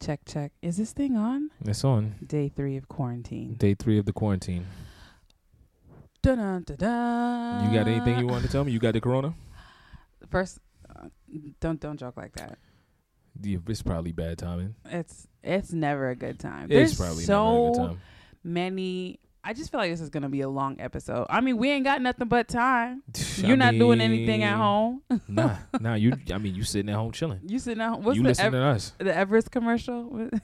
Check, check. Is this thing on? It's on Day three of quarantine. day three of the quarantine. Dun, dun, dun, dun. You got anything Uh, you want to tell me? You got the corona? First, uh, don't don't joke like that. Yeah, it's probably bad timing. It's it's never a good time. There's it's probably so never a good time. many. I just feel like this is gonna be a long episode. I mean, we ain't got nothing but time. You're not doing anything at mean, home. nah, nah. You, I mean, you sitting at home chilling. You sitting at home. What's you the, listening Ever- to us. the Everest commercial?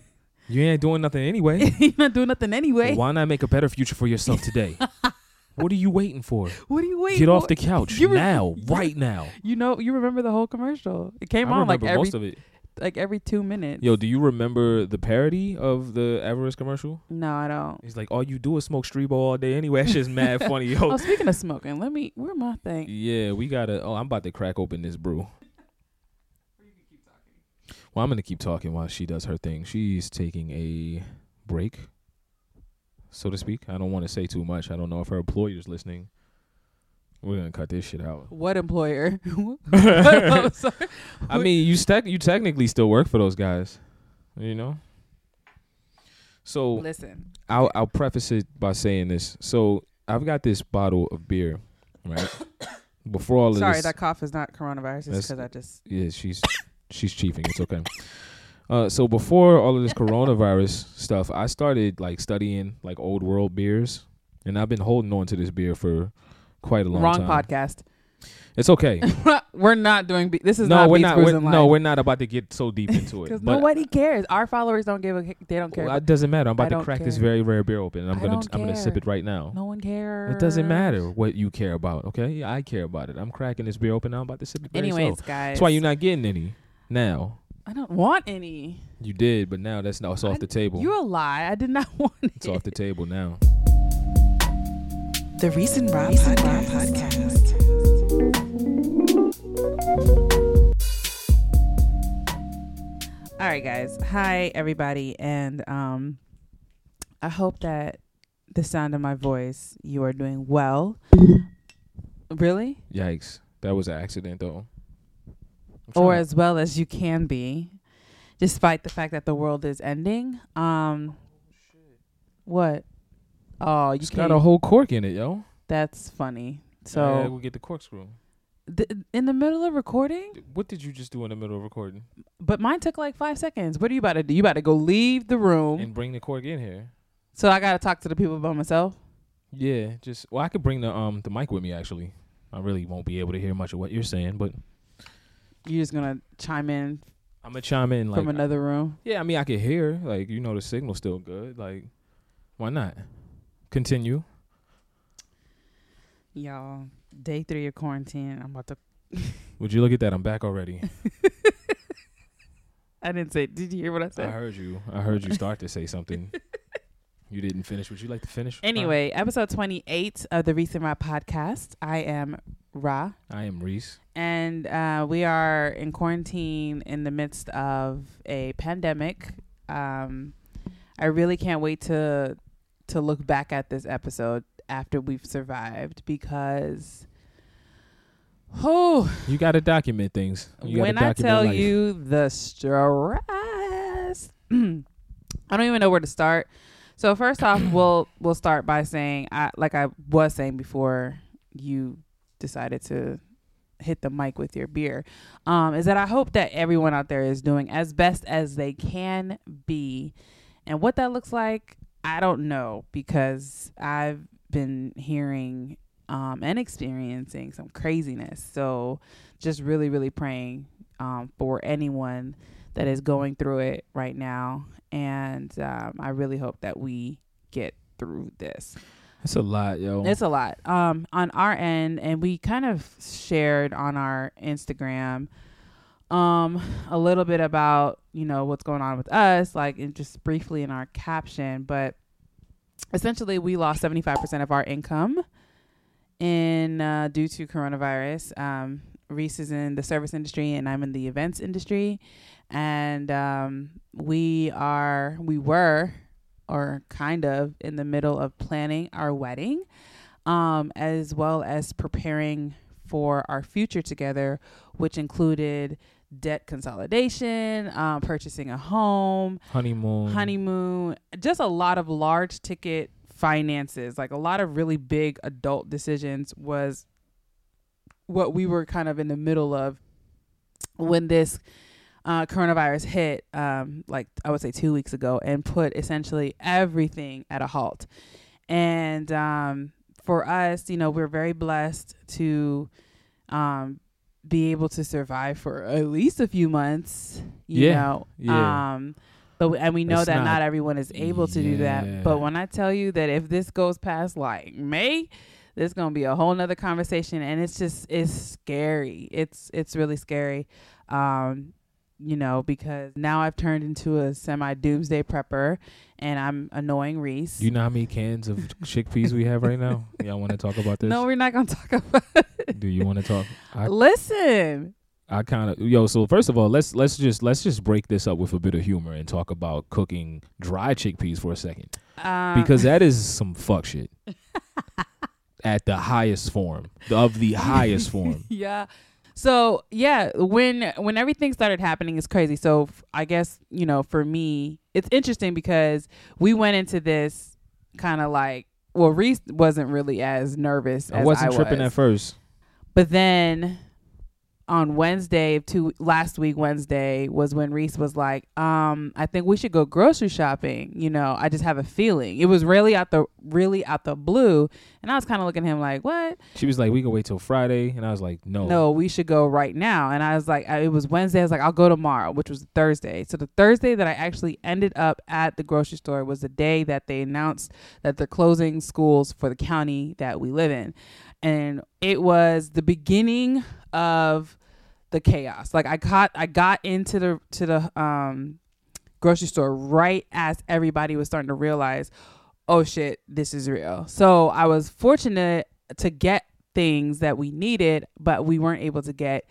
You ain't doing nothing anyway. You're not doing nothing anyway. Why not make a better future for yourself today? what are you waiting for? What are you waiting? Get for? off the couch You were- now, you- right now. You know, you remember the whole commercial. It came I on like remember every most of it. like every two minutes. Yo, do you remember the parody of the Everest commercial? no, I don't. He's like, all you do is smoke street ball all day anyway. That's just mad funny, Oh, yo. speaking of smoking, let me. Where my thing? Yeah, we gotta. Oh, I'm about to crack open this brew. Well, I'm gonna keep talking while she does her thing. She's taking a break, so to speak. I don't want to say too much. I don't know if her employer's listening. We're gonna cut this shit out. What employer? I'm I sorry. mean, you stack. You technically still work for those guys, you know. So Listen, I'll I'll preface it by saying this. So I've got this bottle of beer, right? Before all of sorry this, that cough is not coronavirus. It's That's- because I just yeah, she's she's chiefing. It's okay. Uh, so before all of this coronavirus stuff, I started like studying like old world beers, and I've been holding on to this beer for quite a long wrong time. podcast. It's okay. we're not doing. Be- this is no, not we're Beats, not. Brews, We're, and no, Live. we're not about to get so deep into it. because but nobody cares. Our followers don't give a. They don't care. well, it doesn't matter. I'm I about to don't crack this care. very rare beer open, and I'm I gonna don't I'm gonna sip care. it right now. no one cares. It doesn't matter what you care about, okay? I care about it. I'm cracking this beer open. I'm about to sip it. very slow. Anyways, guys, that's why you're not getting any now. I don't want any. You did, but now that's not. It's off I- the table. You a lie. I did not want it. It's off the table now. The Recent Rob Podcast. All right, guys. Hi, everybody, and um, I hope that the sound of my voice, you are doing well. Really, Yikes! That was an accident, though. I'm or tryna- as well as you can be, despite the fact that the world is ending. Um, what? Oh, you it's can't. got a whole cork in it, yo. That's funny. Yeah, So, we'll get the corkscrew. th- in the middle of recording, What did you just do in the middle of recording? but mine took like five seconds. What are you about to do? You about to go leave the room? And bring the cork in here. so I gotta talk to the people by myself. Yeah, just well, I could bring the um the mic with me actually. I really won't be able to hear much of what you're saying, but You're just gonna chime in I'm gonna chime in like uh, from another room. Yeah, I mean, I could hear. Like, you know, the signal's still good. Like, why not? Continue. Y'all, day three of quarantine. I'm about to. Would you look at that? I'm back already. I didn't say. Did you hear what I I said? heard you. I heard you start to say something. you didn't finish. Would you like to finish? Anyway, episode 28 of the Recent Ra podcast. I am Ra, I am Reese. and uh, we are in quarantine in the midst of a pandemic. Um, I really can't wait to to look back at this episode after we've survived because. Oh, You got to document things. You gotta when I document tell life. you the stress, I don't even know where to start. So first off, we'll we'll start by saying, I, like I was saying before, you decided to hit the mic with your beer. Um, is that I hope that everyone out there is doing as best as they can be, and what that looks like, I don't know because I've been hearing um, and experiencing some craziness. So just really, really praying um, for anyone that is going through it right now. And um, I really hope that we get through this. it's a lot, yo. It's a lot um, on our end, and we kind of shared on our Instagram um, a little bit about you know what's going on with us, like and just briefly in our caption. But essentially, we lost seventy five percent of our income in uh, due to coronavirus. Um, Reese is in the service industry, and I'm in the events industry, and um, we are we were or kind of in the middle of planning our wedding um, as well as preparing for our future together, which included debt consolidation, um, purchasing a home, honeymoon. honeymoon, just a lot of large ticket finances, like a lot of really big adult decisions was what we were kind of in the middle of when this uh, coronavirus hit, um, like I would say two weeks ago, and put essentially everything at a halt. And um, for us, you know, we're very blessed to um, be able to survive for at least a few months. You Yeah, know, yeah. Um, but we- and we know That's that not, not- everyone is able to do Yeah. that. But when I tell you that if this goes past like May, there's gonna be a whole nother conversation, and it's just it's scary. It's it's really scary, um, you know, because now I've turned into a semi doomsday prepper, and I'm annoying Reese. You know how many cans of chickpeas we have right now? Y'all want to talk about this? no, we're not gonna talk about. Do you want to talk? I Listen, I kind of yo. So first of all, let's let's just let's just break this up with a bit of humor and talk about cooking dry chickpeas for a second uh, because that is some fuck shit at the highest form of the highest form. yeah so yeah when when everything started happening is crazy so f- i guess you know for me it's interesting because we went into this kind of like well reese wasn't really as nervous as I wasn't tripping was. at first. but then on wednesday of two last week wednesday was when reese was like um i think we should go grocery shopping you know i just have a feeling it was really out the really out the blue and i was kind of looking at him like what She was like, "We can wait till Friday," and I was like, "No, no, we should go right now. And I was like, I, it was Wednesday. I was like, I'll go tomorrow, which was Thursday. So the Thursday that I actually ended up at the grocery store was the day that they announced that they're closing schools for the county that we live in. And it was the beginning of the chaos. Like I got I got into the to the um grocery store right as everybody was starting to realize, oh shit, this is real. So I was fortunate to get things that we needed, but we weren't able to get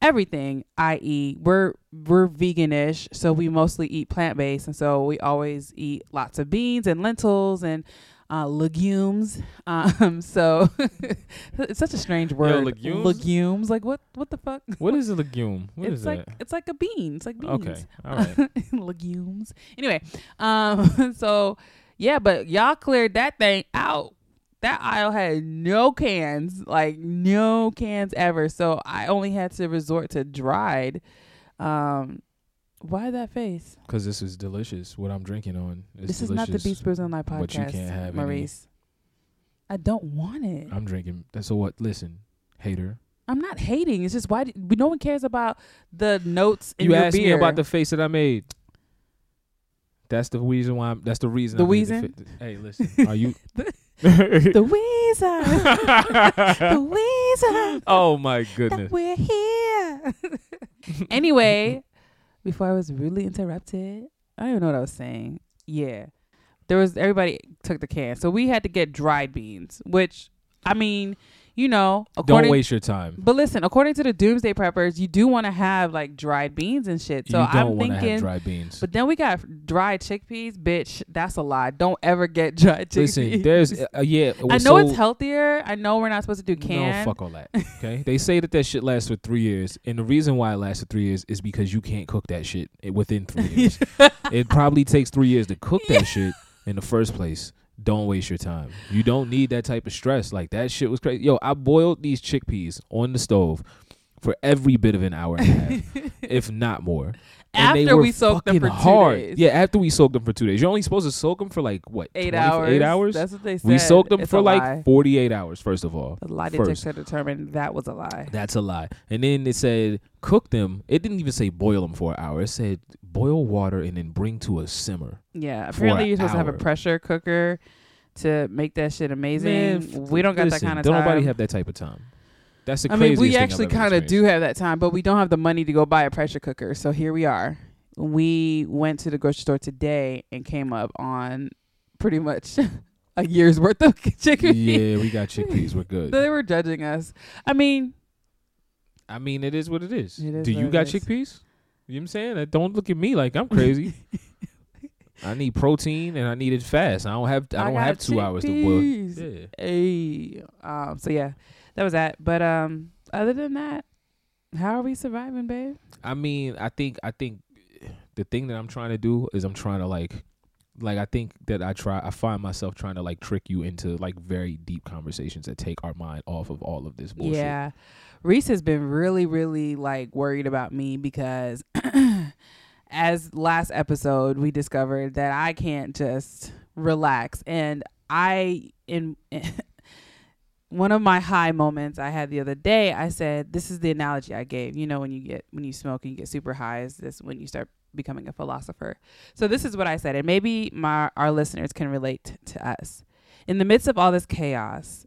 everything, i.e., we're we're veganish, so we mostly eat plant based, and so we always eat lots of beans and lentils and uh, legumes. Um, so it's such a strange word. legumes? legumes, like what? What the fuck? What is a legume? What it's is like that? it's like a bean. It's like beans. Okay, all right. legumes. Anyway, um, so yeah, but y'all cleared that thing out. That aisle had no cans, like no cans ever. So I only had to resort to dried. Um, why that face? Because this is delicious. What I'm drinking on is this is delicious. not the Beast Bros Online podcast, but you can't have any. Maurice. I don't want it. I'm drinking. So what? Listen, hater. I'm not hating. It's just why d- no one cares about the notes in you your asked me beer. about the face that I made. That's the reason why. I'm, that's the reason. The I made reason? fa- hey, listen. Are you? the Weezer. the Weezer. oh my that goodness. we're here. anyway, before I was rudely interrupted, I don't even know what I was saying. Yeah. There was everybody took the can. So we had to get dried beans, which I mean, you know, according Don't waste your time. but listen, according to the doomsday preppers, you do want to have like dried beans and shit. So you don't I'm wanna thinking have dry beans. but then we got dried chickpeas, bitch. That's a lie. Don't ever get dried chickpeas. Listen, there's uh, yeah. I know so, it's healthier. I know we're not supposed to do No, canned. fuck all that. Okay, they say that that shit lasts for three years, and the reason why it lasts for three years is because you can't cook that shit i- within three years. it probably takes three years to cook that shit in the first place. Don't waste your time. You don't need that type of stress. Like that shit was crazy. Yo, I boiled these chickpeas on the stove for every bit of an hour and a half, if not more. And they After were we soaked them fucking for two hard. days. Yeah, after we soaked them for two days. You're only supposed to soak them for like what? eight 20 hours. Eight hours. That's what they said. we soaked them It's for a like lie. 48 hours. First of all, A lie first. detector determined that was a lie. That's a lie. And then it said cook them. It didn't even say boil them for an hour. It said boil water and then bring to a simmer. Yeah, For apparently an you're supposed to have hour. a pressure cooker to make that shit amazing. Man, we don't got listen, that kind of Don't time. nobody have that type of time. That's the I mean, craziest we thing actually kind of do have that time, but we don't have the money to go buy a pressure cooker. So here we are. We went to the grocery store today and came up on pretty much a year's worth of chickpeas. Yeah, we got chickpeas. We're good. They were judging us. I mean, I mean, it is what it is. It is do what you it got is. chickpeas? You know what I'm saying? Uh, Don't look at me like I'm crazy. I need protein and I need it fast. I don't have I don't got have two hours to boil. chickpeas. Yeah. Hey. Um, so yeah, that was that. But um, other than that, How are we surviving, babe? I mean, I think I think the thing that I'm trying to do is I'm trying to like like I think that I try I find myself trying to like trick you into like very deep conversations that take our mind off of all of this bullshit. Yeah. Reese has been really, really like worried about me because as last episode we discovered that I can't just relax and I in one of my high moments I had the other day, I said this is the analogy I gave. You know when you get when you smoke and you get super high is this when you start becoming a philosopher. So this is what I said and maybe my our listeners can relate to us. In the midst of all this chaos,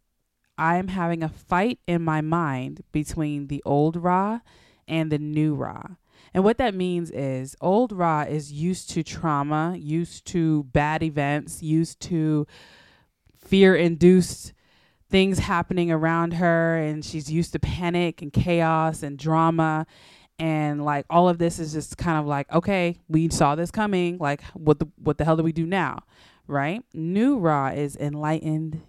I am having a fight in my mind between the old Ra and the new Ra. And what that means is old Ra is used to trauma, used to bad events, used to fear induced things happening around her. And she's used to panic and chaos and drama. And like all of this is just kind of like, okay, we saw this coming. Like, what the, what the hell do we do now? Right? New Ra is enlightened,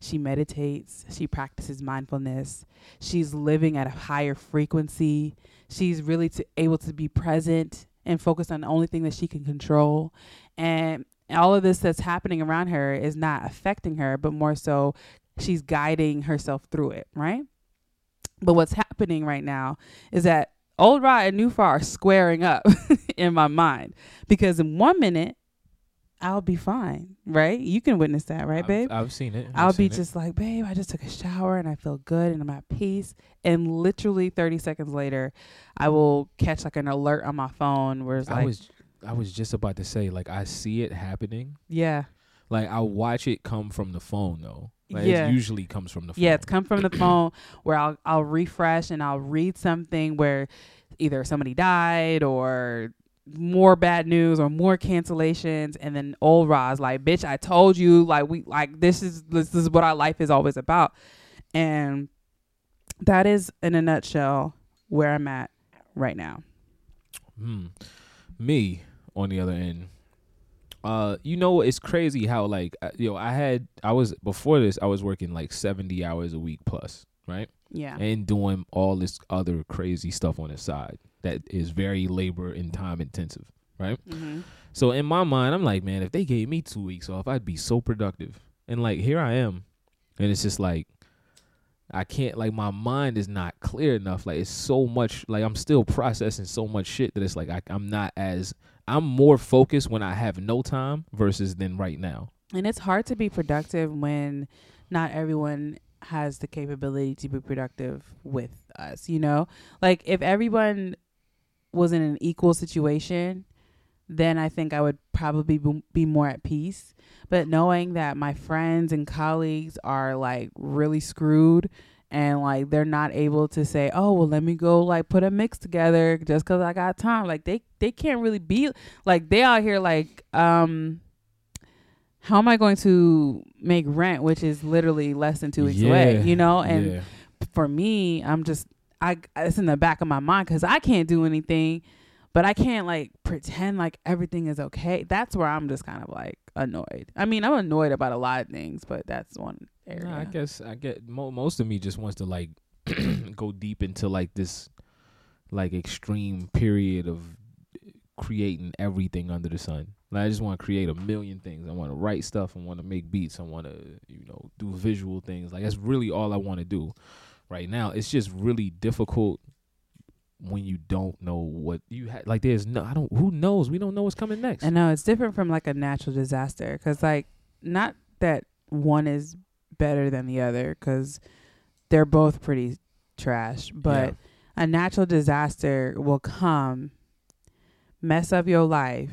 she meditates. She practices mindfulness. She's living at a higher frequency. She's really to, able to be present and focused on the only thing that she can control. And all of this that's happening around her is not affecting her, but more so she's guiding herself through it, right? But what's happening right now is that old Ra and new Fa are squaring up in my mind because in one minute, I'll be fine, right? You can witness that, right, I've- babe? I've, seen it. i I'll be just like, babe, I just took a shower and I feel good and I'm at peace. And literally 30 seconds later, I will catch like an alert on my phone where it's I like, was I was just about to say like I see it happening. yeah, Like I watch it come from the phone though. Like Yeah. it usually comes from the phone. yeah, it's come from the phone where I'll I'll refresh and I'll read something where either somebody died or more bad news or more cancellations and then old Roz like, bitch, I told you like we like this is this is what our life is always about. And that is in a nutshell where I'm at right now. Hmm. Me, on the other end, uh, you know, it's crazy how like I- yo, I had I was before this, I was working like seventy hours a week plus, right, Yeah. and doing all this other crazy stuff on the side that is very labor and time intensive. Mm-hmm. So in my mind, I'm like, man, if they gave me two weeks off, I'd be so productive. And like here I am, and it's just like. I can't like my mind is not clear enough. Like it's so much. Like I'm still processing so much shit that it's like I, I'm not as I'm more focused when I have no time versus than right now. And it's hard to be productive when not everyone has the capability to be productive with us, you know? Like if everyone was in an equal situation, then I think I would probably be- be more at peace. But knowing that my friends and colleagues are like really screwed and like they're not able to say, "Oh, well let me go like put a mix together just cuz I got time." Like they they can't really be like they out here like um how am I going to make rent, which is literally less than two weeks away, Yeah. you know? And yeah, for me, I'm just I it's in the back of my mind because I can't do anything, but I can't like pretend like everything is okay. That's where I'm just kind of like annoyed. I mean, I'm annoyed about a lot of things, but that's one area. Nah, I guess I get mo- most of me just wants to like go deep into like this like extreme period of creating everything under the sun. Like I just want to create a million things. I want to write stuff. I want to make beats. I want to you know do visual things. Like that's really all I want to do right now. It's just really difficult when you don't know what you ha- like. There's no I don't. Who knows? We don't know what's coming next. I know uh, it's different from like a natural disaster because, like, not that one is better than the other because they're both pretty trash, but a natural disaster will come, mess up your life,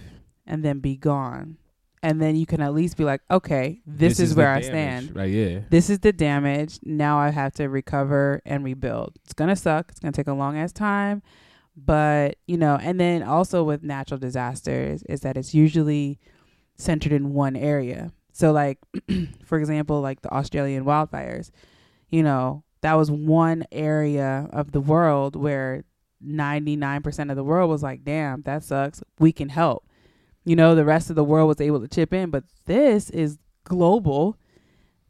and then be gone. And then you can at least be like, okay, this, is, the where I damage, stand. Right. Yeah. This is the damage. Now I have to recover and rebuild. It's going to suck. It's going to take a long ass time. But, you know, and then also with natural disasters is that it's usually centered in one area. So, like, for example, like the Australian wildfires, you know, that was one area of the world where 99% of the world was like, damn, that sucks. We can help. You know, the rest of the world was able to chip in, but this is global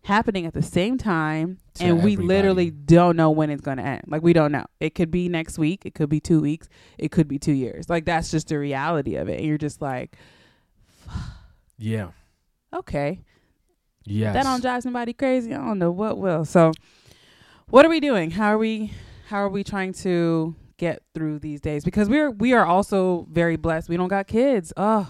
happening at the same time To and we everybody. literally don't know when it's going to end. Like we don't know. It could be next week, it could be 2 weeks, it could be 2 years. Like that's just the reality of it. And you're just like, Yeah. okay, Yes. that don't drive somebody crazy. I don't know what will. So what are we doing? How are we how are we trying to get through these days? Because we're we are also very blessed. We don't got kids. Oh,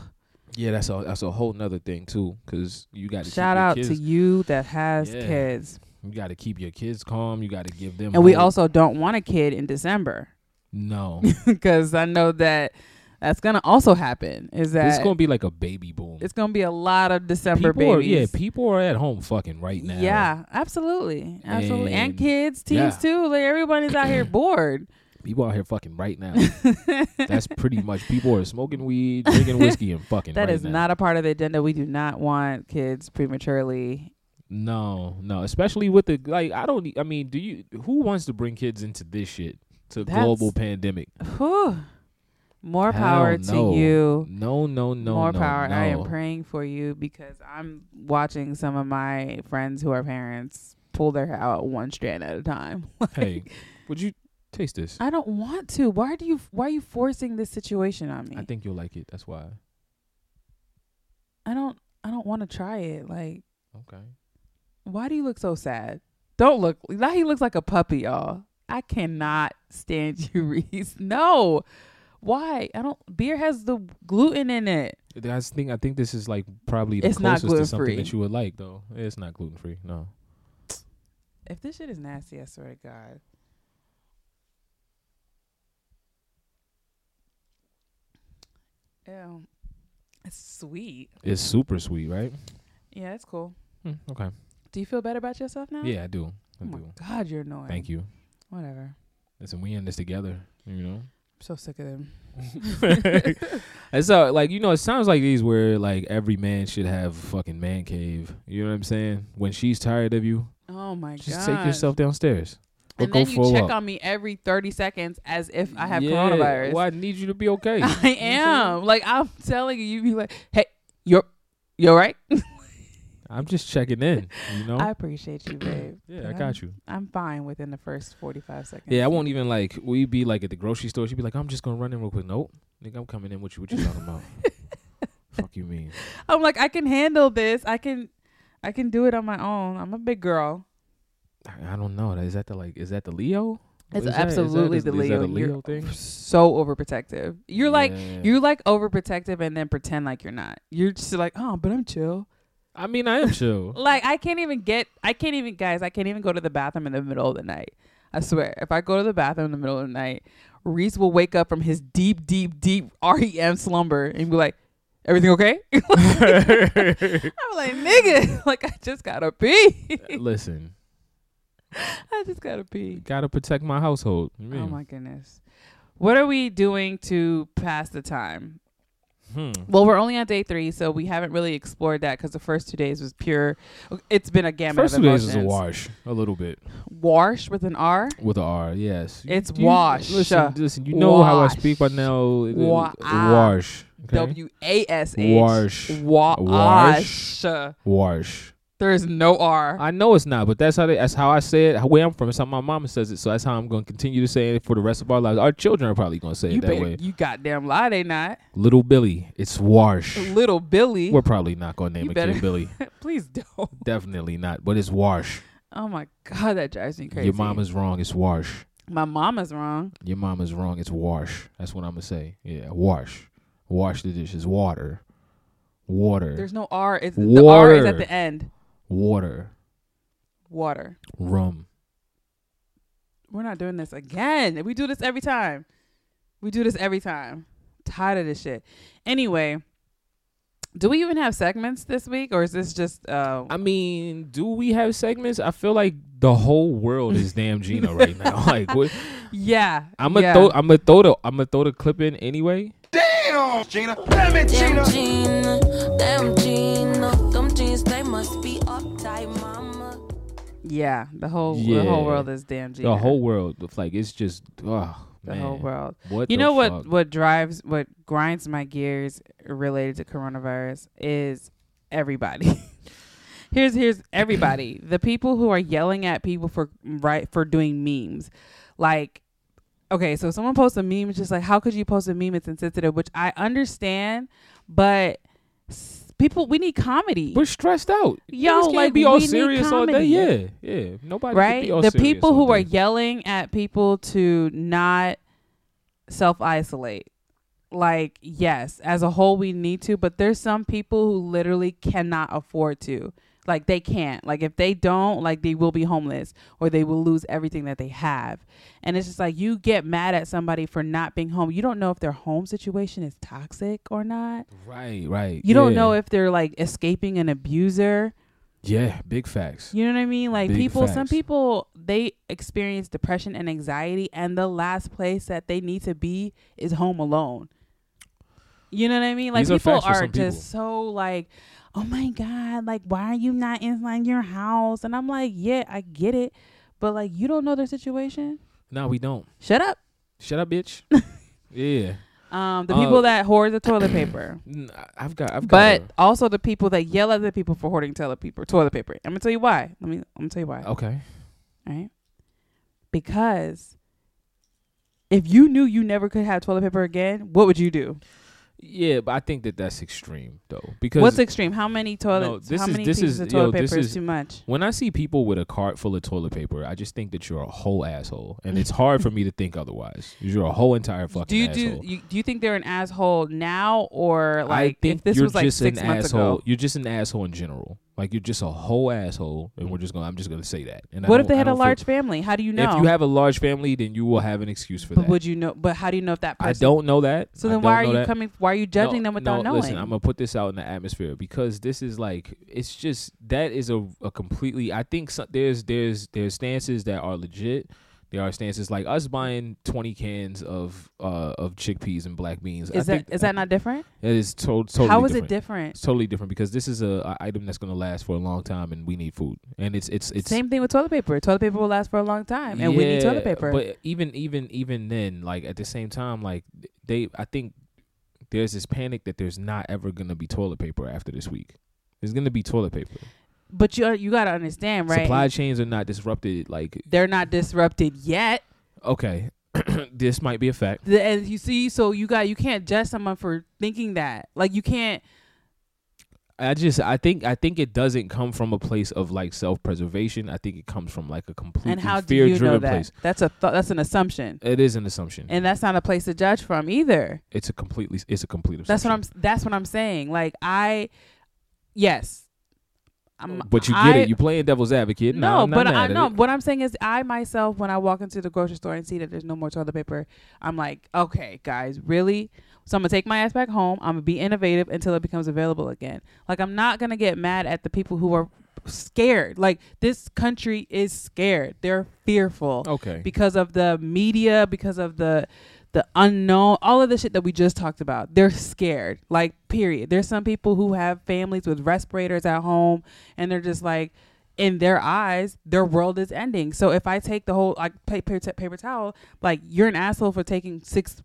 yeah, that's a that's a whole nother thing too, because you got to shout out to you that has Yeah. kids. You got to keep your kids calm. You got to give them. And we hope. also don't want a kid in December. no. because I know that that's gonna also happen. Is that it's gonna be like a baby boom. be a lot of December people are, babies. yeah, people are at home fucking right now. Yeah, absolutely, absolutely, and, And- kids, teens yeah. too. Like everybody's out here bored. people out here fucking right now. That's pretty much people are smoking weed, drinking whiskey, and fucking. That right is now. not a part of the agenda. We do not want kids prematurely. No, no, especially with the like. I don't. e, I mean, do you? Who wants to bring kids into this shit? To That's- global pandemic. Whew. More Hell power no. to you. No, no, no, Oh, More no, power. I am no. praying for you because I'm watching some of my friends who are parents pull their hair out one strand at a time. Hey, would you taste this? I don't want to. Why do you? Why are you forcing this situation on me? I think you'll like it. That's why. I don't. I don't want to try it. Like, Okay. why do you look so sad? Don't look. Now he looks like a puppy, y'all. I cannot stand you, Reese. No. Why? I don't. Beer has the gluten in it. That's the thing. I think this is like probably the It's not closest to something gluten-free. that you would like, though. It's not gluten free. No. If this shit is nasty, I swear to God. Ew. It's sweet. It's super sweet, right? Yeah, it's cool. Hmm, okay. Do you feel better about yourself now? Yeah, I do. I Oh my do. God, you're annoying. Thank you. Whatever. Listen, we in this together. You know. I'm so sick of them. and so, uh, like, you know, it sounds like these where like every man should have a fucking man cave. You know what I'm saying? When she's tired of you, Oh my god. just take yourself downstairs or And go then for you a check walk. on me every 30 seconds as if I have Yeah, coronavirus. Well, I need you to be okay. I am. Like I'm telling you, you be like, hey, you're you're right. I'm just checking in. You know. I appreciate you, babe. yeah, I got you. I'm fine within the first 45 seconds. Yeah, I won't even like. We be like at the grocery store. She'd be like, "I'm just gonna run in real quick." Nope, nigga, I'm coming in with you. What you talking about? Fuck you mean? I'm like, I can handle this. I can, I can do it on my own. I'm a big girl. I, I don't know. Is that the like? Is that the Leo? It's Is that- is that- absolutely is- the Is that Leo. the You're Leo thing? So overprotective. You're like, Yeah. you're like overprotective, and then pretend like you're not. You're just like, oh, but I'm chill. I mean, I am chill. Like I can't even get I can't even guys, I can't even go to the bathroom in the middle of the night. I swear. If I go to the bathroom in the middle of the night, Reese will wake up from his deep, deep, deep REM slumber and be like, Everything okay? I'm like, nigga, like I just gotta pee. Listen, I just gotta pee. gotta protect my household. You Oh mean? my goodness. What are we doing to pass the time? Hmm. Well, we're only on day three, so we haven't really explored that because the first two days was pure. It's been a gamut First of two days emotions. is a wash, a little bit Wash with an R. with a R. Yes, It's You- you- wash. Listen, listen. You know how I Wash. speak by now. Wa- ah. Wash. Okay? W A S H. Wash. Wash. Wash. There is no R. I know it's not, but that's how they, that's how I say it. Where I'm from, it's how my mama says it. So that's how I'm going to continue to say it for the rest of our lives. Our children are probably going to say You it that better, way. you goddamn lie they not. Little Billy, it's Wash. Little Billy. We're probably not going to name You a better- kid Billy. Please don't. Definitely not. But it's Wash. Oh my god, that drives me crazy. Your mama's wrong. It's Wash. My mama's wrong. Your mama's wrong. It's Wash. That's what I'm gonna say. Yeah, Wash. Wash the dishes. Water. Water. There's no R. It's the R is at Water. the end. Water. Water. Rum. We're not doing this again. We do this every time. We do this every time. Tired of this shit. Anyway, do we even have segments this week, or is this just uh, I mean, do we have segments? I feel like the whole world is damn Gina right now. Like, what, yeah? I'm gonna yeah. throw. I'm gonna throw the. I'm gonna throw the clip in anyway. Damn, Gina. Damn it, Gina. Damn Gina, damn Gina, them jeans they must be uptight, mama. Yeah, the whole the whole Yeah. world is damn Gina. The whole world. of, Like it's just. Oh, the whole world. What You the know fuck? what what drives what grinds my gears related to coronavirus is everybody. here's here's everybody. the people who are yelling at people for right for doing memes, like. Okay, so someone posts a meme, it's just like, how could you post a meme? It's insensitive, which I understand, but s- people, we need comedy. We're stressed out. Yo, Niggas can't like, be all we need serious all day. comedy. Yeah, yeah. Nobody can right? Be all The serious people all who are day. yelling at people to not self isolate. Like, yes, as a whole, we need to, but there's some people who literally cannot afford to. Like, they can't. Like, if they don't, like, they will be homeless or they will lose everything that they have. And it's just like, you get mad at somebody for not being home. You don't know if their home situation is toxic or not. right, right. You don't yeah. know if they're like escaping an abuser. Yeah, big facts. You know what I mean? Like Big people, some facts. people they experience depression and anxiety, and the last place that they need to be is home alone. You know what I mean? Like These are people facts for are some people. just so like, oh my god, like why are you not inside your house? And I'm like, yeah, I get it, but like you don't know their situation. No, we don't. Shut up. Shut up, bitch. yeah, Um, the Uh, people that hoard the toilet paper. N- I've got. I've But got. also the people that yell at the people for hoarding toilet paper, toilet paper. I'm gonna tell you why. Let me let me tell you why. A, okay. right? Because if you knew you never could have toilet paper again, what would you do? Yeah, but I think that that's extreme though. Because What's extreme? How many toilets? this how is- many this pieces is- of toilet yo, paper this is, is- too much? When I see people with a cart full of toilet paper, I just think that you're a whole asshole, and it's hard for me to think otherwise. 'cause You're a whole entire fucking Do you asshole. do you, do you think they're an asshole now or like I think if this you're was like just six an months asshole. ago? You're just an asshole in general. Like you're just a whole asshole, and we're just gonna. I'm just gonna say that. And I What if don't- they I had a don't feel- large family? How do you know? If you have a large family, then you will have an excuse for but that. would you know? But how do you know if that person? I don't know that. So I then don't why are know you that. coming? Why are you judging No, them without no, knowing? Listen, I'm gonna put this out in the atmosphere because this is like it's just that is a, a completely. I think so, there's there's there's stances that are legit. There are stances like us buying 20 cans of uh of chickpeas and black beans. I is that think is that not different? It is to- totally. how is different. it different? It's totally different because this is a, a item that's gonna last for a long time, and we need food. And it's it's it's Same thing with toilet paper. Toilet paper will last for a long time, and we need toilet Yeah, paper. But even even even then, like at the same time, like they, I think there's this panic that there's not ever gonna be toilet paper after this week. There's gonna be toilet paper. But you you gotta understand, right? Supply chains are not disrupted. Like They're not disrupted yet, okay, this might be a fact. The- and you see, so you got you can't judge someone for thinking that. Like you can't. I just I think I think it doesn't come from a place of like self preservation. I think it comes from like a complete And how do fear you know driven that? place. That's a th- that's an assumption, It is an assumption. and that's not a place to judge from either. it's a completely it's a complete assumption. That's what I'm. That's what I'm saying. Like I, yes, I'm, But you get I- it. You playing devil's advocate. No, No, I'm not but mad I at know it. what I'm saying is I myself when I walk into the grocery store and see that there's no more toilet paper, I'm like, okay, guys, really? So I'm gonna take my ass back home. I'm gonna be innovative until it becomes available again. Like I'm not gonna get mad at the people who are scared. Like this country is scared. They're fearful Okay. because of the media, because of the the unknown, all of the shit that we just talked about. They're scared. Like, period. There's some people who have families with respirators at home and they're just like in their eyes, their world is ending. So if I take the whole like paper t- paper towel, like you're an asshole for taking six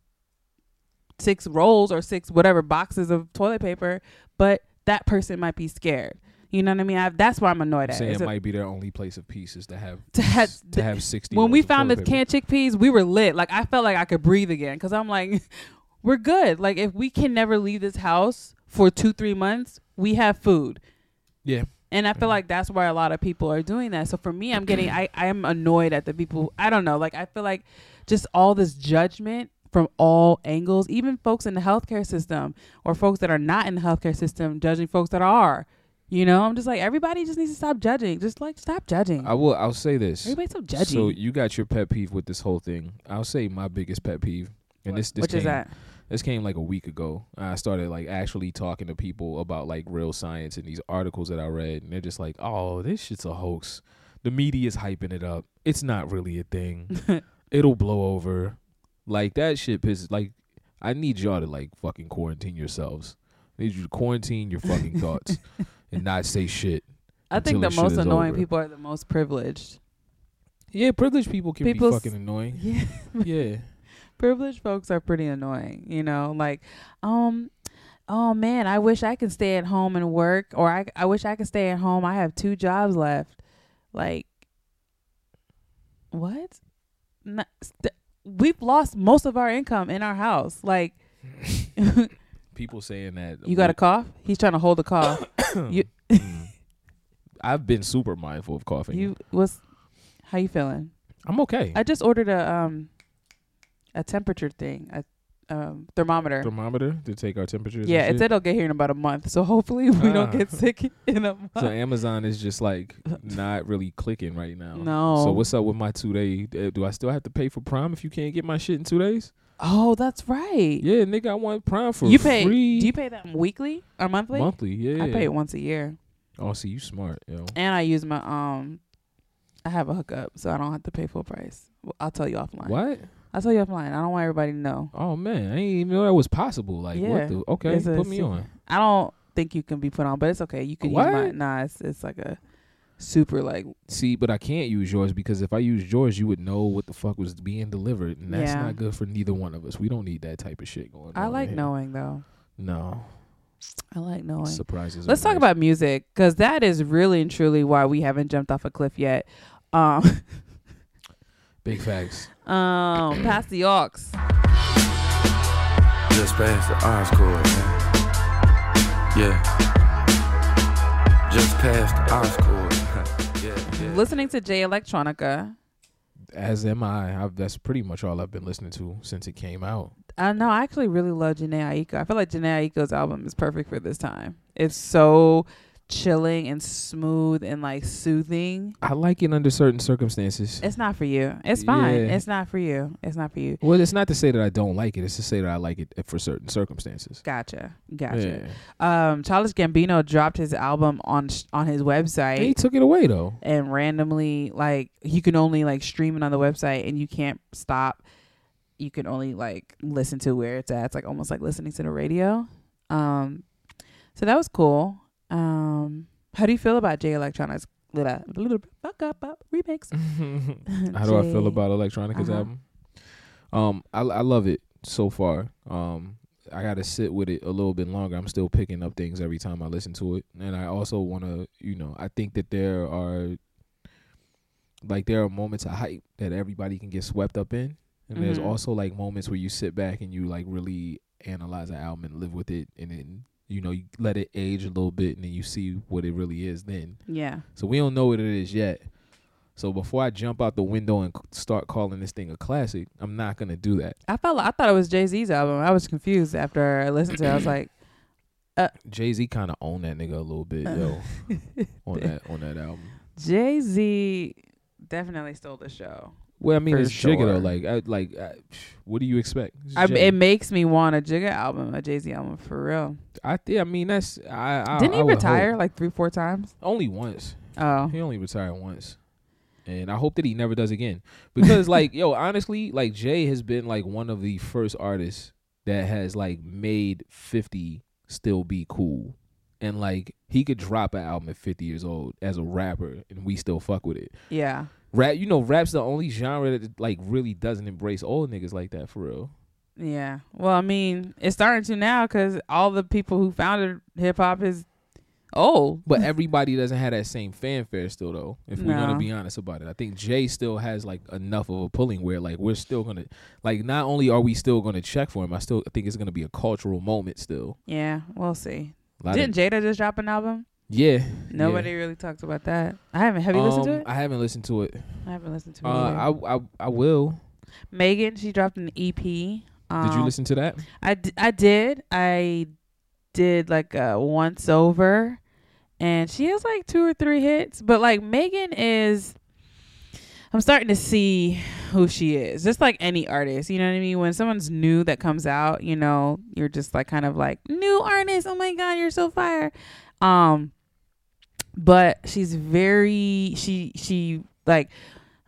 six rolls or six whatever boxes of toilet paper, but that person might be scared. You know what I mean? I, that's why I'm annoyed at. saying It's it a- might be their only place of peace is to have To have- s- to have sixty. when we rolls of found the toilet paper. canned chickpeas, we were lit. Like I felt like I could breathe again because I'm like, we're good. Like if we can never leave this house for two three months, we have food. Yeah. And I feel Mhm. like that's why a lot of people are doing that. So for me, I'm getting I I am annoyed at the people. I don't know. Like I feel like just all this judgment from all angles, even folks in the healthcare system or folks that are not in the healthcare system judging folks that are. You know, I'm just like everybody just needs to stop judging. Just like stop judging. I will. I'll say this. Everybody's so judgy. So you got your pet peeve with this whole thing. I'll say my biggest pet peeve, and this this Which came, is that? this came like a week ago. I started like actually talking to people about like real science and these articles that I read, and they're just like, "Oh, this shit's a hoax. The media's hyping it up. It's not really a thing. It'll blow over." Like that shit pisses. Like I need y'all to like fucking quarantine yourselves. I need you to quarantine your fucking thoughts and not say shit. I think until the this shit most is annoying over. people are the most privileged. Yeah, privileged people can People's- be fucking annoying. Yeah. Yeah. privileged folks are pretty annoying, you know, like um oh man, I wish I could stay at home and work, or I, I wish I could stay at home. I have two jobs left. Like, what? N- st- we've lost most of our income in our house. Like, you People saying that Mm. got a cough? He's trying to hold the cough. you, I've been super mindful of coughing. you was, how you feeling? I'm okay. I just ordered a um, a temperature thing, a um thermometer. Thermometer to take our temperatures. and yeah, it shit. said it'll get here in about a month, so hopefully we don't Ah. get sick in a month. So Amazon is just like not really clicking right now. No. So what's up with my two day? uh, Do I still have to pay for Prime if you can't get my shit in two days? oh, that's right. Yeah, nigga, I want Prime for you pay? free. Do you pay them weekly or monthly? monthly? Yeah. I pay it once a year, Oh, see, you smart, yo. and I use my um. I have a hookup, so I don't have to pay full price. Well, I'll tell you offline. What? I'll tell you offline. I don't want everybody to know. Oh man, I didn't even know that was possible. Like, Yeah. what the? Okay, It's a put me secret. on. I don't think you can be put on, but it's okay. You can use my What? nah. It's, it's like a super like See, but I can't use yours because if I used yours, you would know what the fuck was being delivered, and that's Yeah. not good for neither one of us. We don't need that type of shit going on. I like here. knowing though. No I like knowing. surprises. are Let's talk nice. about music because that is really and truly why we haven't jumped off a cliff yet. Um, big facts. um, past the aux. Just past the odds score, man. Yeah. Just past the odds score. yeah, yeah. Listening to Jay Electronica. As am I. I've, that's pretty much all I've been listening to since it came out. I know I actually really love Janae Aiko. I feel like Janae Aiko's album is perfect for this time. It's so chilling and smooth and like soothing. I like it under certain circumstances. It's not for you. It's fine. Yeah. It's not for you. It's not for you. Well, it's not to say that I don't like it. It's to say that I like it for certain circumstances. Gotcha. Gotcha. Yeah. Um, Childish Gambino dropped his album on sh- on his website. And he took it away though. and randomly like you can only like stream it on the website and you can't stop you can only like listen to where it's at it's like almost like listening to the radio um so that was cool um how do you feel about jay electronics remix How do I feel about Electronica's Uh-huh. album? Um, I I love it so far. Um, I gotta sit with it a little bit longer. I'm still picking up things every time I listen to it, and I also want to, you know, I think that there are like there are moments of hype that everybody can get swept up in, and there's Mhm. also like moments where you sit back and you like really analyze an album and live with it, and then you know you let it age a little bit, and then you see what it really is then. yeah So we don't know what it is yet. So before I jump out the window and c- start calling this thing a classic, I'm not gonna do that. i felt i thought it was jay-z's album i was confused after i listened to it i was like Jay Z kind of owned that nigga a little bit, yo, Uh. on that on that album. jay-z definitely stole the show Well, I mean, For it's Jigga sure. though. Like, I, like, I, what do you expect? It's I, Jay. it makes me want a Jigga album, a Jay Z album for real. I, thi- I mean, that's I. I Didn't I he would retire hope. like three, four times? Only once. Oh, He only retired once. And I hope that he never does again. Because like, yo, honestly, like Jay has been like one of the first artists that has like made 50 still be cool. And like he could drop an album at 50 years old as a rapper and we still fuck with it. yeah. Rap, you know, rap's the only genre that like really doesn't embrace old niggas like that for real. Yeah. Well, I mean, it's starting to now because all the people who founded hip hop is old. But everybody doesn't have that same fanfare still though, if we're Hmm. No. gonna be honest about it. I think Jay still has like enough of a pulling where like we're still gonna like not only are we still gonna check for him, I still think it's gonna be a cultural moment still. Yeah, we'll see. A lot of- Didn't Jada just drop an album? yeah. Nobody yeah. really talked about that. I haven't. Have you listened to Um, it? I haven't listened to it. I haven't listened to it. Uh, either. I, I I will. Megan, she dropped an EP. Um, Did you listen to that? I, d- I did. I did like a once over, and she has like two or three hits. But like Megan is, I'm starting to see who she is. Just like any artist, you know what I mean. When someone's new that comes out, you know, you're just like kind of like new artist. Oh my god, you're so fire. Um, but she's very she she like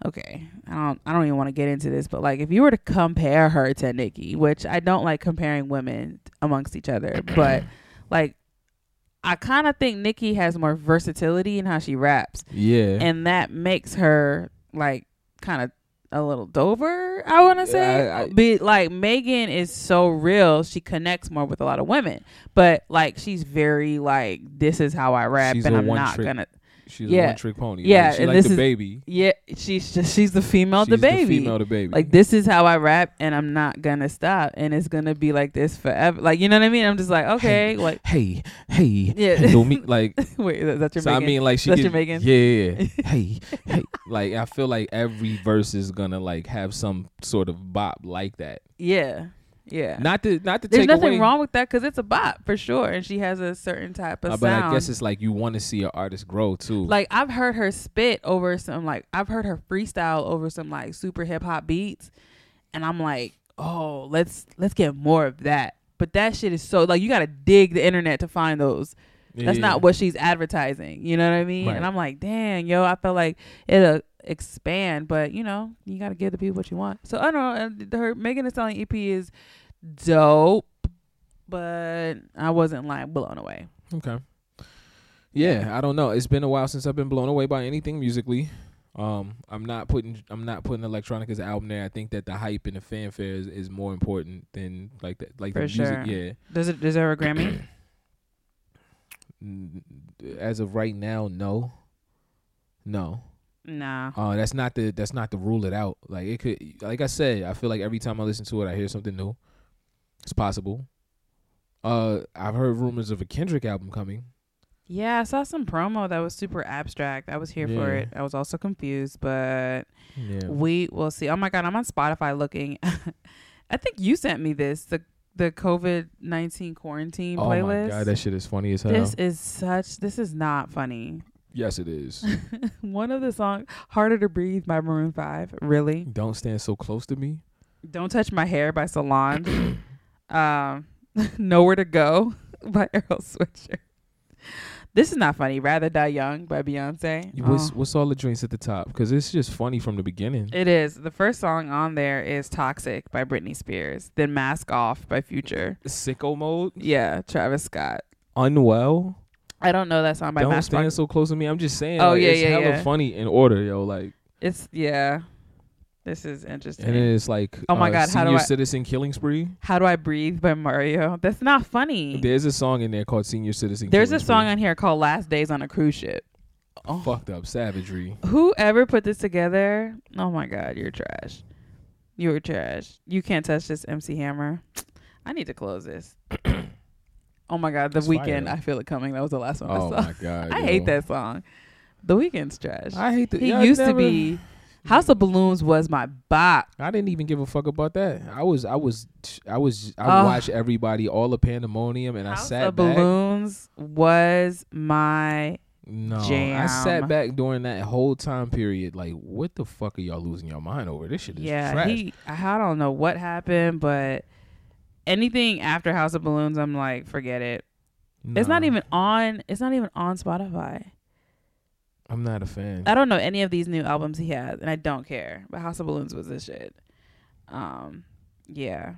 okay i don't i don't even want to get into this but like if you were to compare her to nikki which i don't like comparing women amongst each other but like i kind of think nikki has more versatility in how she raps Yeah. and that makes her like kind of a little Dover, I want to say. I- I- Be like Megan is so real. She connects more with a lot of women, but like she's very like this is how I rap, She's and a I'm not one-trick- gonna. She's Yeah. a one trick pony. Yeah, Like, she and like this the is- baby. Yeah, she's just she's the female She's the baby. female the baby. Like this is how I rap, and I'm not gonna stop, and it's gonna be like this forever. Like you know what I mean? I'm just like okay, like hey, hey, Yeah. handle me. Like wait, that- that's your. so I Megan? mean, like she That's could, your Megan? Yeah, yeah, yeah. hey, hey. Like I feel like every verse is gonna like have some sort of bop like that. yeah, yeah. Not to not to There's take nothing away, wrong with that because it's a bop for sure, and she has a certain type of uh, sound. but I guess it's like you want to see an artist grow too. like I've heard her spit over some like I've heard her freestyle over some like super hip hop beats, and I'm like, oh, let's let's get more of that. But that shit is so like you gotta dig the internet to find those. That's Yeah. not what she's advertising. You know what I mean? Right. And I'm like, dang, yo, I felt like it'll expand, but you know, you gotta give the people what you want. So I don't know. uh, Her Megan Thee Stallion EP is dope, but I wasn't like blown away. Okay. Yeah, I don't know. It's been a while since I've been blown away by anything musically. Um, I'm not putting I'm not putting electronic as an album there. I think that the hype and the fanfare is, is more important than like that like the For music. sure. Yeah. Does it deserve a Grammy? N- As of right now, no. No. nah. Uh, that's not the that's not the rule it out. Like it could like I said, I feel like every time I listen to it, I hear something new. It's possible. Uh, I've heard rumors of a Kendrick album coming. Yeah, I saw some promo that was super abstract. I was here for Yeah. it. I was also confused, but Yeah. we will see. Oh my god, I'm on Spotify looking. I think you sent me this the the COVID nineteen quarantine Oh playlist. my god, that shit is funny as hell. this is such. This is not funny. Yes, it is. One of the songs, "Harder to Breathe" by Maroon Five. Really, Don't stand so close to me. "Don't Touch My Hair" by Solange. um, "Nowhere to Go" by Errol Swisher. This is not funny. "Rather Die Young" by Beyonce. What's Oh. what's all the drinks at the top? Because it's just funny from the beginning. It is. The first song on there is Toxic by Britney Spears, then Mask Off by Future. Sicko mode. Yeah, Travis Scott. Unwell. I don't know that song by Don't Mask stand Off. so close to me. I'm just saying. Oh, like, yeah, it's yeah, hella yeah. funny in order, yo. Like, It's yeah. This is interesting. and then it's like, Oh my uh, God, how senior do I- citizen killing spree. How do I breathe by Mario? That's not funny. There's a song in there called senior citizen. There's a Killing song on here called Last Days on a Cruise Ship. Spree. fucked up savagery. Whoever put this together, oh my god, you're trash. You're trash. You can't touch this MC Hammer. I need to close this. oh my god, the It's fire, weekend. though. I feel it coming. That was the last one I Oh saw. my god, I yo. hate that song. The Weeknd's trash. I hate that. he yeah, I used to never- be. House of Balloons was my bop. I didn't even give a fuck about that. I was, I was, I was, I Ugh. watched everybody all the pandemonium, and I House sat of back. Balloons was my. No, I Jam. sat back during that whole time period. Like, what the fuck are y'all losing your mind over? This shit is yeah, trash. he. I don't know what happened, but anything after House of Balloons, I'm like, forget it. It's not Nah, even on. It's not even on Spotify. I'm not a fan. I don't know any of these new albums he has, and I don't care. But House of Balloons was this shit. Um, yeah.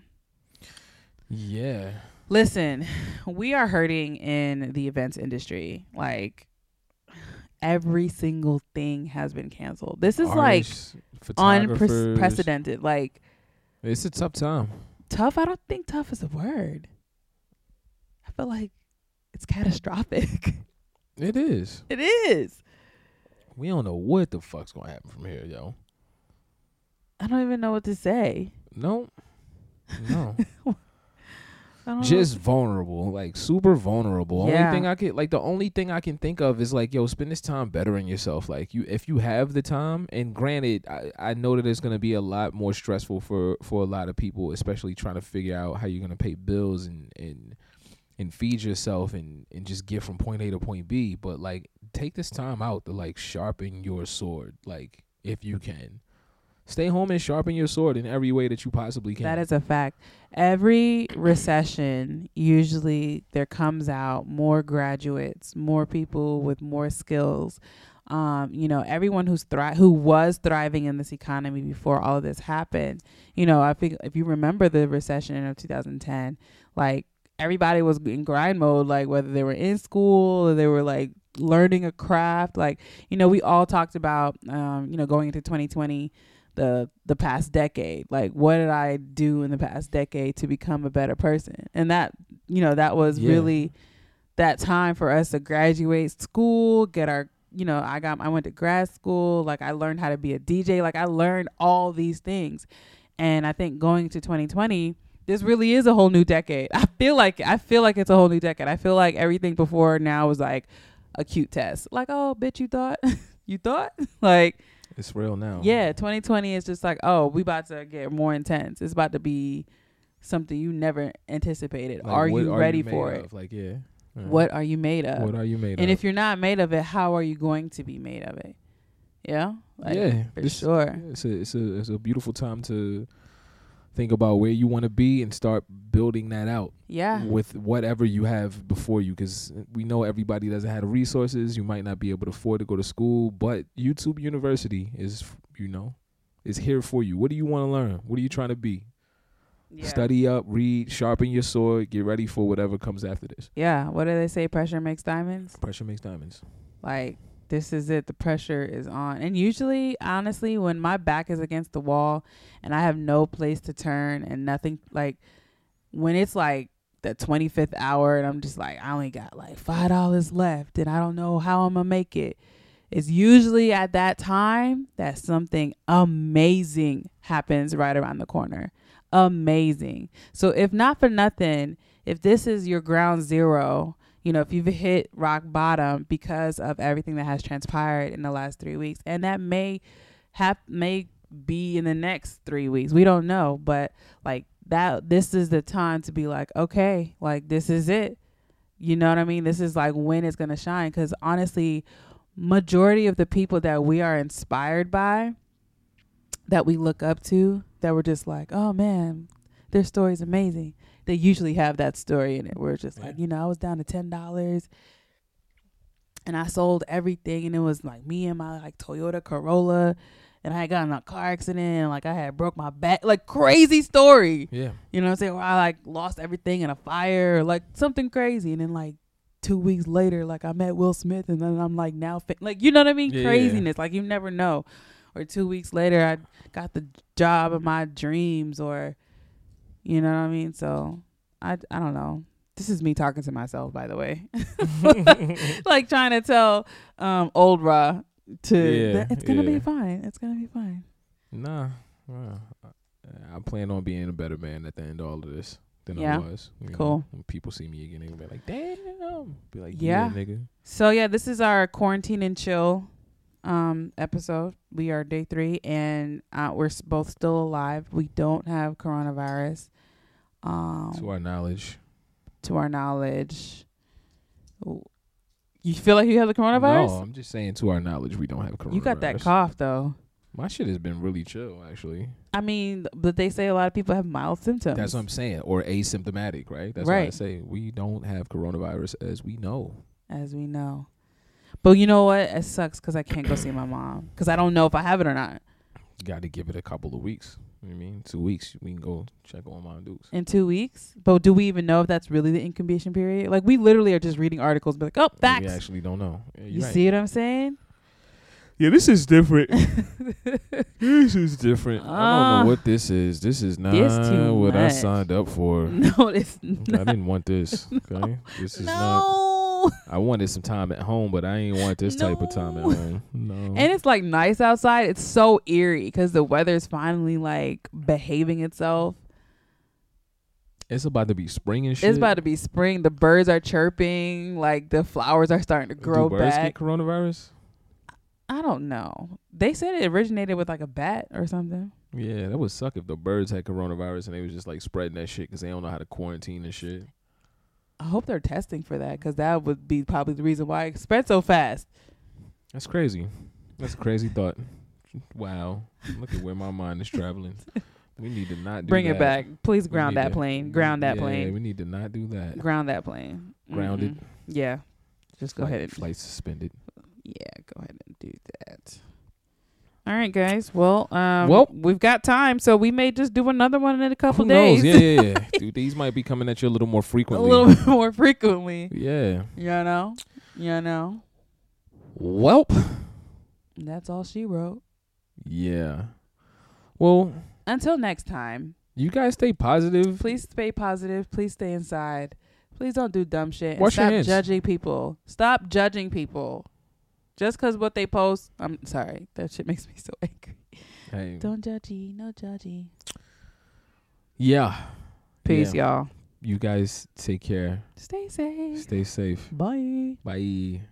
yeah, Listen, we are hurting in the events industry. Like every single thing has been canceled. This is Artists, like photographers. unprecedented. Like It's a tough time. tough, I don't think tough is a word. I feel like it's catastrophic. It is. it is. We don't know what the fuck's gonna happen from here, yo. I don't even know what to say. No, no. I don't know. just vulnerable, like super vulnerable. Yeah. Only thing I could like the only thing I can think of is like, yo, spend this time bettering yourself. Like you, if you have the time, and granted, I, I know that it's gonna be a lot more stressful for for a lot of people, especially trying to figure out how you're gonna pay bills and and and feed yourself and and just get from point A to point B. But like, take this time out to like sharpen your sword, like if you can. Stay home and sharpen your sword in every way that you possibly can. That is a fact. Every recession, usually there comes out more graduates, more people with more skills. Um, you know, everyone who's thri- who was thriving in this economy before all of this happened. You know, I think if you remember the recession of 2010, like everybody was in grind mode, like whether they were in school or they were like learning a craft. Like, you know, we all talked about, um, you know, going into 2020 the the past decade. Like what did I do in the past decade to become a better person? And that you know, that was Yeah. really that time for us to graduate school, get our you know, I got I went to grad school, like I learned how to be a DJ, like I learned all these things. And I think going to 2020, this really is a whole new decade. I feel like I feel like it's a whole new decade. I feel like everything before now was like a cute test. Like, oh, bitch, you thought you thought like It's real now. yeah, 2020 is just like, oh, we about to get more intense. It's about to be something you never anticipated. Like, are what you ready made for it? of? Like yeah. Yeah. What are you made of? What are you made and of? if you're not made of it, how are you going to be made of it? Yeah, like, Yeah, for this- sure. Yeah, It's a it's a it's a beautiful time to think about where you want to be and start building that out Yeah, with whatever you have before you because we know everybody doesn't have the resources you might not be able to afford to go to school but youtube university is you know is here for you what do you want to learn what are you trying to be yeah. study up read sharpen your sword get ready for whatever comes after this Yeah, what do they say? Pressure makes diamonds. pressure makes diamonds Like this is it. The pressure is on. And usually, honestly, when my back is against the wall and I have no place to turn and nothing like when it's like the 25th hour and I'm just like I only got like $5 left and I don't know how I'm going to make it. It's usually at that time that something amazing happens right around the corner. Amazing. So if not for nothing, if this is your ground zero, you know, if you've hit rock bottom because of everything that has transpired in the last three weeks, and that may have may be in the next three weeks. We don't know, but like that, this is the time to be like, okay, like this is it. You know what I mean? This is like when it's gonna shine. Because honestly, majority of the people that we are inspired by, that we look up to, that we're just like, oh man, their story's amazing. They usually have that story in it where it's just like, you know, I was down to ten dollars and I sold everything and it was like me and my like Toyota Corolla and I had gotten in a car accident and like I had broke my back like crazy story. yeah You know what I'm saying? Where I like lost everything in a fire, or, like something crazy, and then like two weeks later, like I met Will Smith, and then I'm like now, fa- like you know what I mean? Yeah. Craziness, like you never know. Or two weeks later, I got the job of my dreams, or you know what I mean? So I I don't know. This is me talking to myself, by the way, like trying to tell um old Ra to Yeah, that it's gonna yeah. be fine. It's gonna be fine. Nah, nah. I- I plan on being a better man at the end of all of this than Yeah. I was. you know. Cool. When people see me again, they gonna be like, "Damn!" Be like, Yeah. "Yeah, nigga." So yeah, this is our quarantine and chill um episode. We are day 3 and uh, we're s- both still alive. We don't have coronavirus. Um To our knowledge, to our knowledge. Ooh. You feel like you have the coronavirus? No, I'm just saying, to our knowledge, we don't have coronavirus. you got that cough though. My shit has been really chill, actually. I mean, but they say a lot of people have mild symptoms. That's what I'm saying, or asymptomatic, right? That's what I Right. say. We don't have coronavirus as we know. as we know. But you know what? It sucks cuz I can't go see my mom cuz I don't know if I have it or not. Got to give it a couple of weeks. You know what I mean, two weeks, we can go check on my dudes. in two weeks. But do we even know if that's really the incubation period? Like we literally are just reading articles, be like, oh, We facts. actually don't know. Yeah, You you're right. see what I'm saying? Yeah, this is different. this is different. I Uh, don't know what this is. This is not this too what I much. signed up for. no, it's I not. didn't want this. Okay, this is not. No. I wanted some time at home, but I ain't want this type of time at No. home. No. And it's like nice outside. It's so eerie because the weather's finally like behaving itself. it's about to be spring and shit. It's about to be spring. The birds are chirping. Like the flowers are starting to grow Do birds back. get coronavirus? I don't know. They said it originated with like a bat or something. Yeah, that would suck if the birds had coronavirus and they was just like spreading that shit because they don't know how to quarantine and shit. I hope they're testing for that because that would be probably the reason why it spread so fast. That's crazy. That's a crazy thought. Wow. Look at where my mind is traveling. We need to not do Bring that. it back. Please We ground need that to- plane. Ground that yeah, plane. We need to not do that. Ground that plane. Grounded. Mhm. Yeah. Just go Flight- ahead and flight suspended. yeah, go ahead and do that. All right, guys. Well, um, Well. we've got time, so we may just do another one in a couple Who days. knows? Yeah, yeah, yeah. Dude, these might be coming at you a little more a frequently. little bit more frequently. Yeah. You know, you know. Welp. That's all she wrote. Yeah. Well, Until next time, you guys stay positive. please stay positive. Please stay inside. Please don't do dumb shit. And Wash your stop hands. judging people. Stop judging people. Just because what they post, I'm sorry. That shit makes me so angry. Hey. Don't judgy, no judgy. Yeah. Peace, Yeah. y'all. You guys take care. Stay safe. Stay safe. Bye. Bye.